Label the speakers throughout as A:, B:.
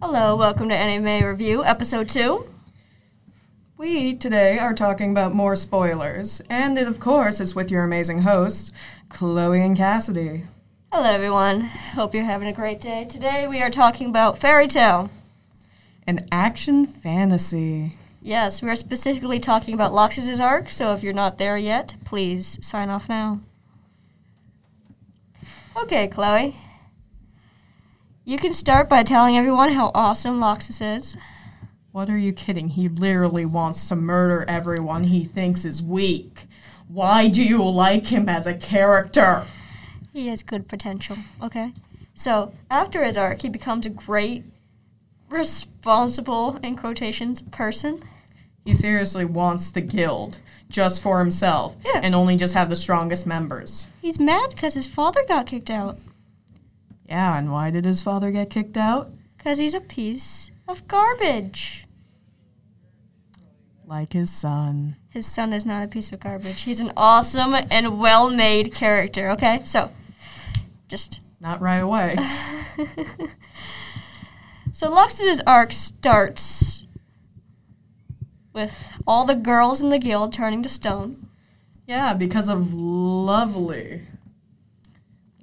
A: Hello, welcome to Anime Review, Episode 2.
B: We today are talking about more spoilers, and it, of course, is with your amazing hosts, Chloe and Cassidy.
A: Hello, everyone. Hope you're having a great day. Today we are talking about Fairy Tale.
B: An action fantasy.
A: Yes, we are specifically talking about Loxus' arc, so if you're not there yet, please sign off now. Okay, Chloe. You can start by telling everyone how awesome Loxus is.
B: What are you kidding? He literally wants to murder everyone he thinks is weak. Why do you like him as a character?
A: He has good potential, okay? So, after his arc, he becomes a great, responsible, in quotations, person.
B: He seriously wants the guild just for himself
A: Yeah.
B: and only just have the strongest members.
A: He's mad because his father got kicked out,
B: Yeah, and why did his father get kicked out?
A: because he's a piece of garbage.
B: Like his son.
A: His son is not a piece of garbage. He's an awesome and well made character, okay? So, just.
B: Not right away.
A: So, Luxus's arc starts with all the girls in the guild turning to stone.
B: Yeah, because of lovely.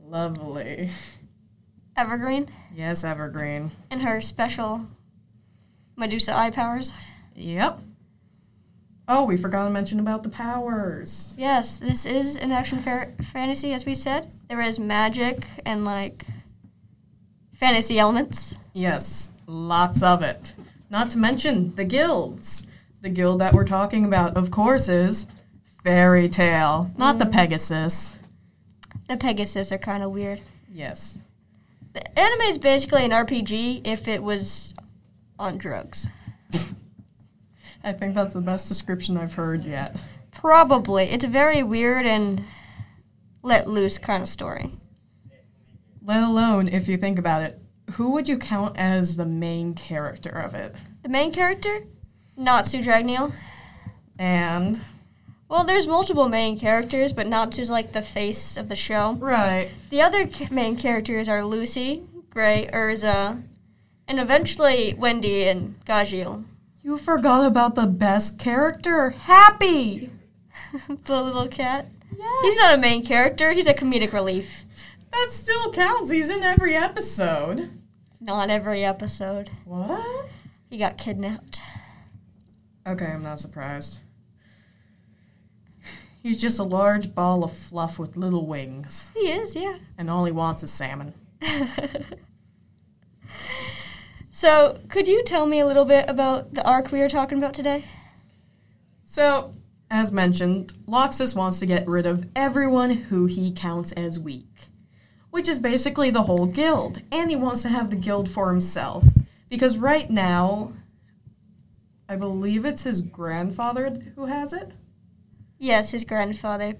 B: Lovely.
A: Evergreen
B: Yes, Evergreen.
A: and her special Medusa eye powers.
B: Yep. Oh, we forgot to mention about the powers.
A: Yes, this is an action fa- fantasy, as we said. There is magic and, like, fantasy elements.
B: Yes, lots of it. Not to mention the guilds. The guild that we're talking about, of course, is Fairy Tale, not the Pegasus.
A: The Pegasus are kind of weird.
B: Yes.
A: The anime is basically an RPG if it was on drugs.
B: I think that's the best description I've heard yet.
A: Probably. It's a very weird and let loose kind of story.
B: Let alone, if you think about it, who would you count as the main character of it?
A: The main character, Natsu Dragneel.
B: And,
A: Well, there's multiple main characters, but Natsu's like the face of the show.
B: right,
A: The other c- main characters are Lucy, Gray, Urza, and eventually Wendy and Gajil.
B: You forgot about the best character, Happy.
A: the little cat.
B: Yes.
A: He's not a main character, he's a comedic relief.
B: That still counts. He's in every episode.
A: Not every episode.
B: What?
A: He got kidnapped.
B: Okay, I'm not surprised. He's just a large ball of fluff with little wings,
A: He is, yeah.
B: and all he wants is salmon.
A: So, could you tell me a little bit about the arc we are talking about today?
B: So, as mentioned, Loxus wants to get rid of everyone who he counts as weak, which is basically the whole guild, and he wants to have the guild for himself. Because right now, I believe it's his grandfather who has it.
A: Yes, his grandfather.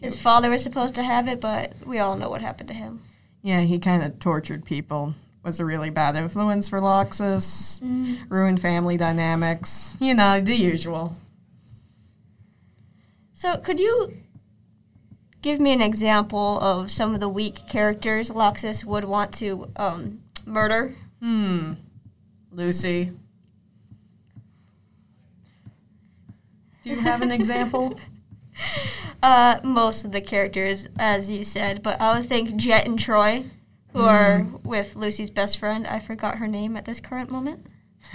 A: His father was supposed to have it, but we all know what happened to him.
B: Yeah, he kind of tortured people. Was a really bad influence for Loxus,
A: Mm.
B: ruined family dynamics, you know, the usual.
A: So, could you give me an example of some of the weak characters Loxus would want to um, murder?
B: Hmm. Lucy. Do you have an example?
A: Uh, most of the characters, as you said, but I would think Jet and Troy, who are with Lucy's best friend. I forgot her name at this current moment.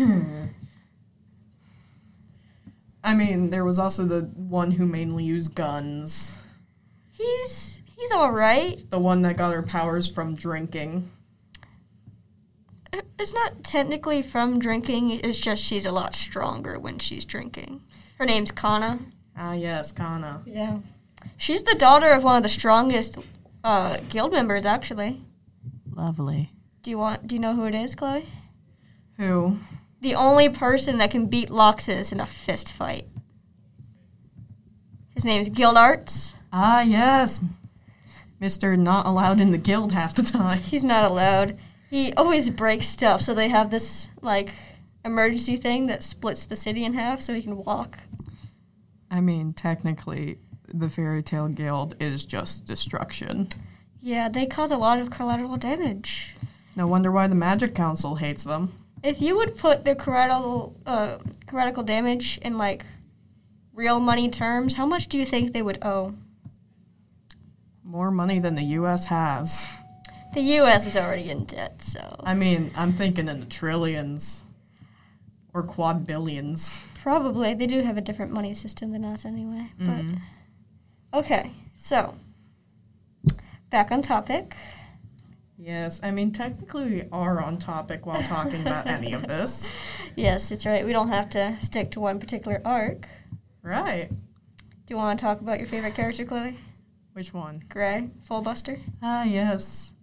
B: I mean, there was also the one who mainly used guns,
A: He's he's all right.
B: the one that got her powers from drinking.
A: It's not technically from drinking, it's just she's a lot stronger when she's drinking. Her name's Kana.
B: Ah, yes, Kana.
A: Yeah. She's the daughter of one of the strongest uh, guild members, actually.
B: Lovely.
A: Do you want? Do you know who it is, Chloe?
B: Who?
A: The only person that can beat Loxus in a fist fight. His name's Guildarts.
B: Ah, yes. Mr. Not Allowed in the Guild half the time.
A: He's not allowed. He always breaks stuff, so they have this like emergency thing that splits the city in half, so he can walk.
B: I mean, technically, the Fairy Tale Guild is just destruction.
A: Yeah, they cause a lot of collateral damage.
B: No wonder why the Magic Council hates them.
A: If you would put the cortical uh, cortical damage in like real money terms, how much do you think they would owe?
B: More money than the U.S. has.
A: The U.S. is already in debt, so
B: I mean, I'm thinking in the trillions or quad billions.
A: probably they do have a different money system than us anyway. But okay, so back on topic.
B: Yes, I mean, technically we are on topic while talking about any of this.
A: Yes, it's right. We don't have to stick to one particular arc.
B: Right.
A: Do you want to talk about your favorite character, Chloe?
B: Which one?
A: Gray, Full Buster.
B: Ah, yes.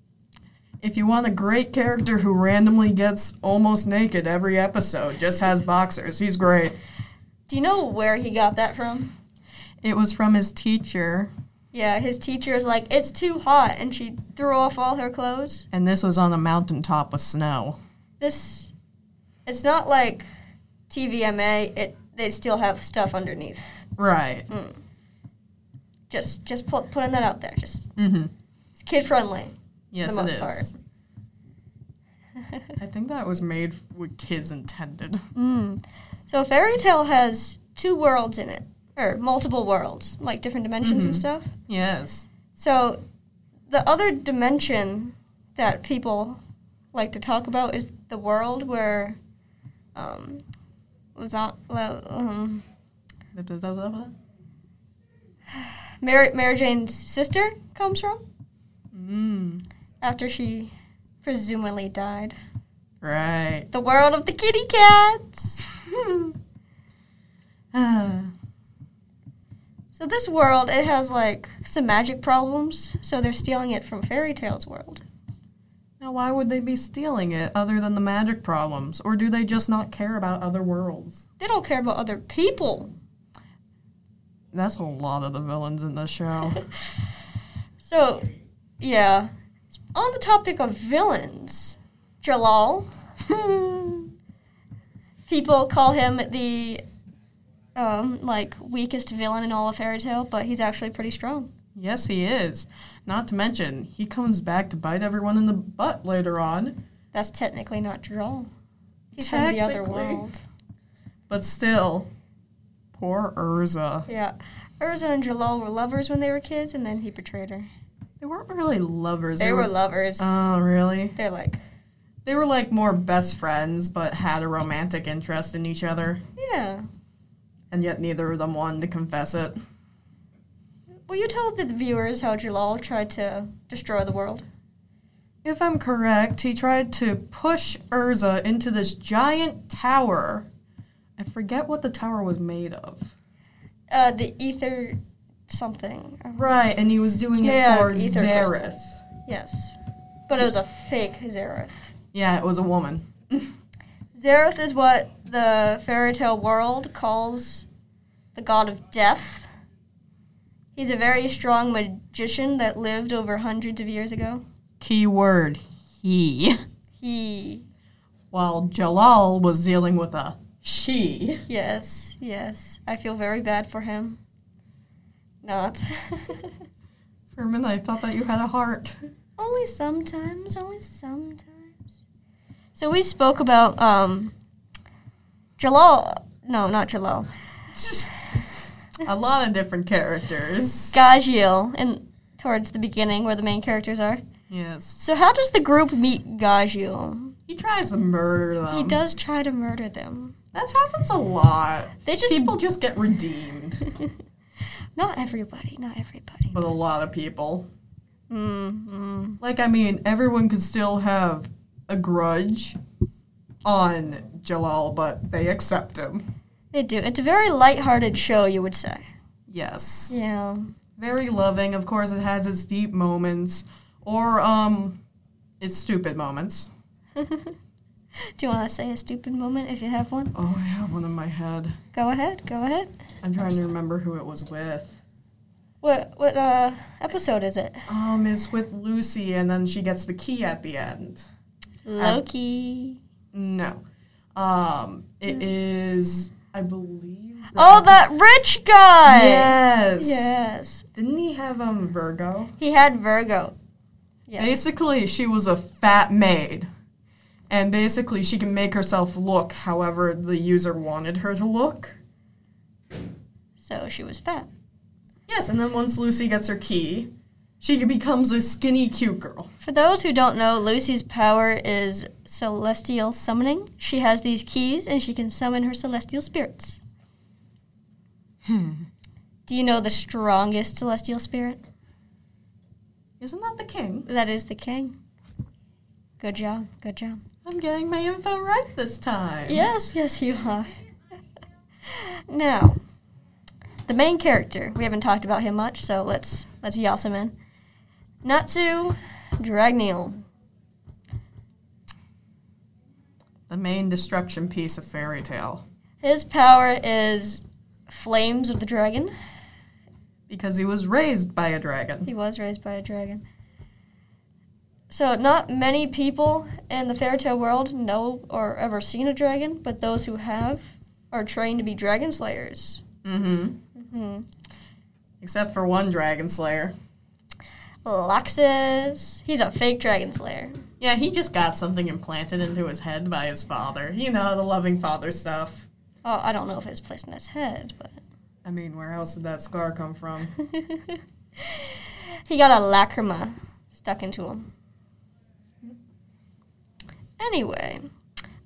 B: If you want a great character who randomly gets almost naked every episode, just has boxers, he's great.
A: Do you know where he got that from?
B: It was from his teacher,
A: Yeah, his teacher is like, it's too hot, and she threw off all her clothes.
B: and this was on a mountaintop with snow.
A: This, it's not like TVMA. It they still have stuff underneath. Hmm.
B: Right.
A: Just just pu- putting that out there. Just
B: Mm-hmm.
A: it's kid friendly.
B: Yes,
A: the
B: it
A: most
B: is. I think that was made with kids intended.
A: Mm. So fairy tale has two worlds in it, or multiple worlds, like different dimensions and
B: Mhm.
A: stuff.
B: Yes.
A: So the other dimension that people like to talk about is the world where um, was on, well, um, Mary, Mary Jane's sister comes from
B: Mm.
A: after she presumably died.
B: Right.
A: The world of the kitty cats.
B: Ah.
A: So this world, it has like some magic problems. So they're stealing it from fairy tales world.
B: Now, why would they be stealing it other than the magic problems? Or do they just not care about other worlds?
A: They don't care about other people.
B: That's a lot of the villains in this show.
A: So, yeah. On the topic of villains, Jalal. People call him the um, like weakest villain in all of fairy tale, but he's actually pretty strong.
B: yes, he is. Not to mention, he comes back to bite everyone in the butt later on.
A: That's technically not Jalal. He's from the other
B: Technically.
A: world.
B: But still, poor Urza.
A: Yeah. Urza and Jalal were lovers when they were kids, and then he betrayed her.
B: They weren't really lovers.
A: They
B: It
A: were
B: was-
A: lovers.
B: Oh, really?
A: They're like,
B: They were like more best friends, but had a romantic interest in each other,
A: yeah.
B: and yet neither of them wanted to confess it.
A: Will you tell the viewers how Jalal tried to destroy the world?
B: If I'm correct, he tried to push Urza into this giant tower. I forget what the tower was made of.
A: Uh, the ether something. I don't-
B: Right, and he was doing it
A: Yeah,
B: for
A: ether
B: Xerath.
A: Yes. But it was a fake Xerath.
B: Yeah, it was a woman.
A: Xerath is what the fairy tale world calls the god of death. He's a very strong magician that lived over hundreds of years ago.
B: Key word, he.
A: He,
B: While Jalal was dealing with a she.
A: yes, yes. I feel very bad for him. Not.
B: For a minute, I thought that you had a heart.
A: Only sometimes, only sometimes. So we spoke about um Jalal no, not Jalal.
B: a lot of different characters.
A: Gajiel and towards the beginning where the main characters are.
B: Yes.
A: So how does the group meet Gajiel?
B: He tries to murder them.
A: he does try to murder them.
B: That happens a lot.
A: They just
B: People just get redeemed,
A: not everybody, not everybody.
B: but a lot of people.
A: Mm-hmm.
B: Like, I mean, everyone could still have a grudge on Jalal, but they accept him.
A: They do. It's a very light-hearted show, you would say.
B: Yes.
A: Yeah.
B: Very loving. Of course, it has its deep moments or, um, its stupid moments.
A: Do you want to say a stupid moment if you have one?
B: Oh, I have one in my head.
A: Go ahead. Go ahead.
B: I'm trying to remember who it was with.
A: What what uh episode is it?
B: Um, it's with Lucy, and then she gets the key at the end.
A: Loki.
B: No. Um, it is, I believe. the-
A: Oh, that rich guy.
B: Yes.
A: Yes.
B: Didn't he have um Virgo?
A: He had Virgo. Yes.
B: Basically, she was a fat maid, And basically, she can make herself look however the user wanted her to look.
A: So she was fat.
B: Yes, and then once Lucy gets her key, she becomes a skinny, cute girl.
A: For those who don't know, Lucy's power is celestial summoning. She has these keys and she can summon her celestial spirits. Do you know the strongest celestial spirit?
B: Isn't that the king?
A: That is the king. Good job, good job.
B: I'm getting my info right this time.
A: Yes, yes, you are. now, the main character. We haven't talked about him much, so let's let's yas him in. Natsu Dragneel.
B: The main destruction piece of fairy tale.
A: His power is flames of the dragon.
B: Because he was raised by a dragon.
A: He was raised by a dragon. So, not many people in the fairy tale world know or ever seen a dragon, but those who have are trained to be dragon slayers.
B: Mm-hmm.
A: Hmm.
B: Except for one dragon slayer.
A: Loxus. He's a fake dragon slayer.
B: Yeah, he just got something implanted into his head by his father. You know, the loving father stuff.
A: Oh, I don't know if it was placed in his head, but
B: I mean, where else did that scar come from?
A: he got a lacrima stuck into him. Anyway,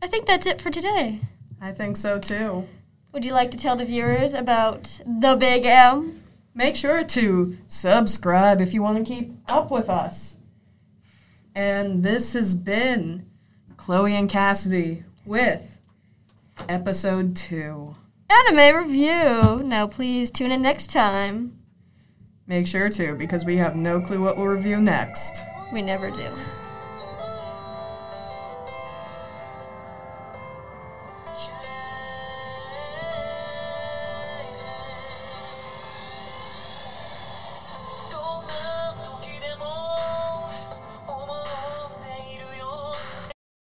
A: I think that's it for today.
B: I think so too.
A: Would you like to tell the viewers about the Big M?
B: Make sure to subscribe if you want to keep up with us. And this has been Chloe and Cassidy with episode two.
A: Anime review. Now, please tune in next time.
B: Make sure to, because we have no clue what we'll review next.
A: We never do.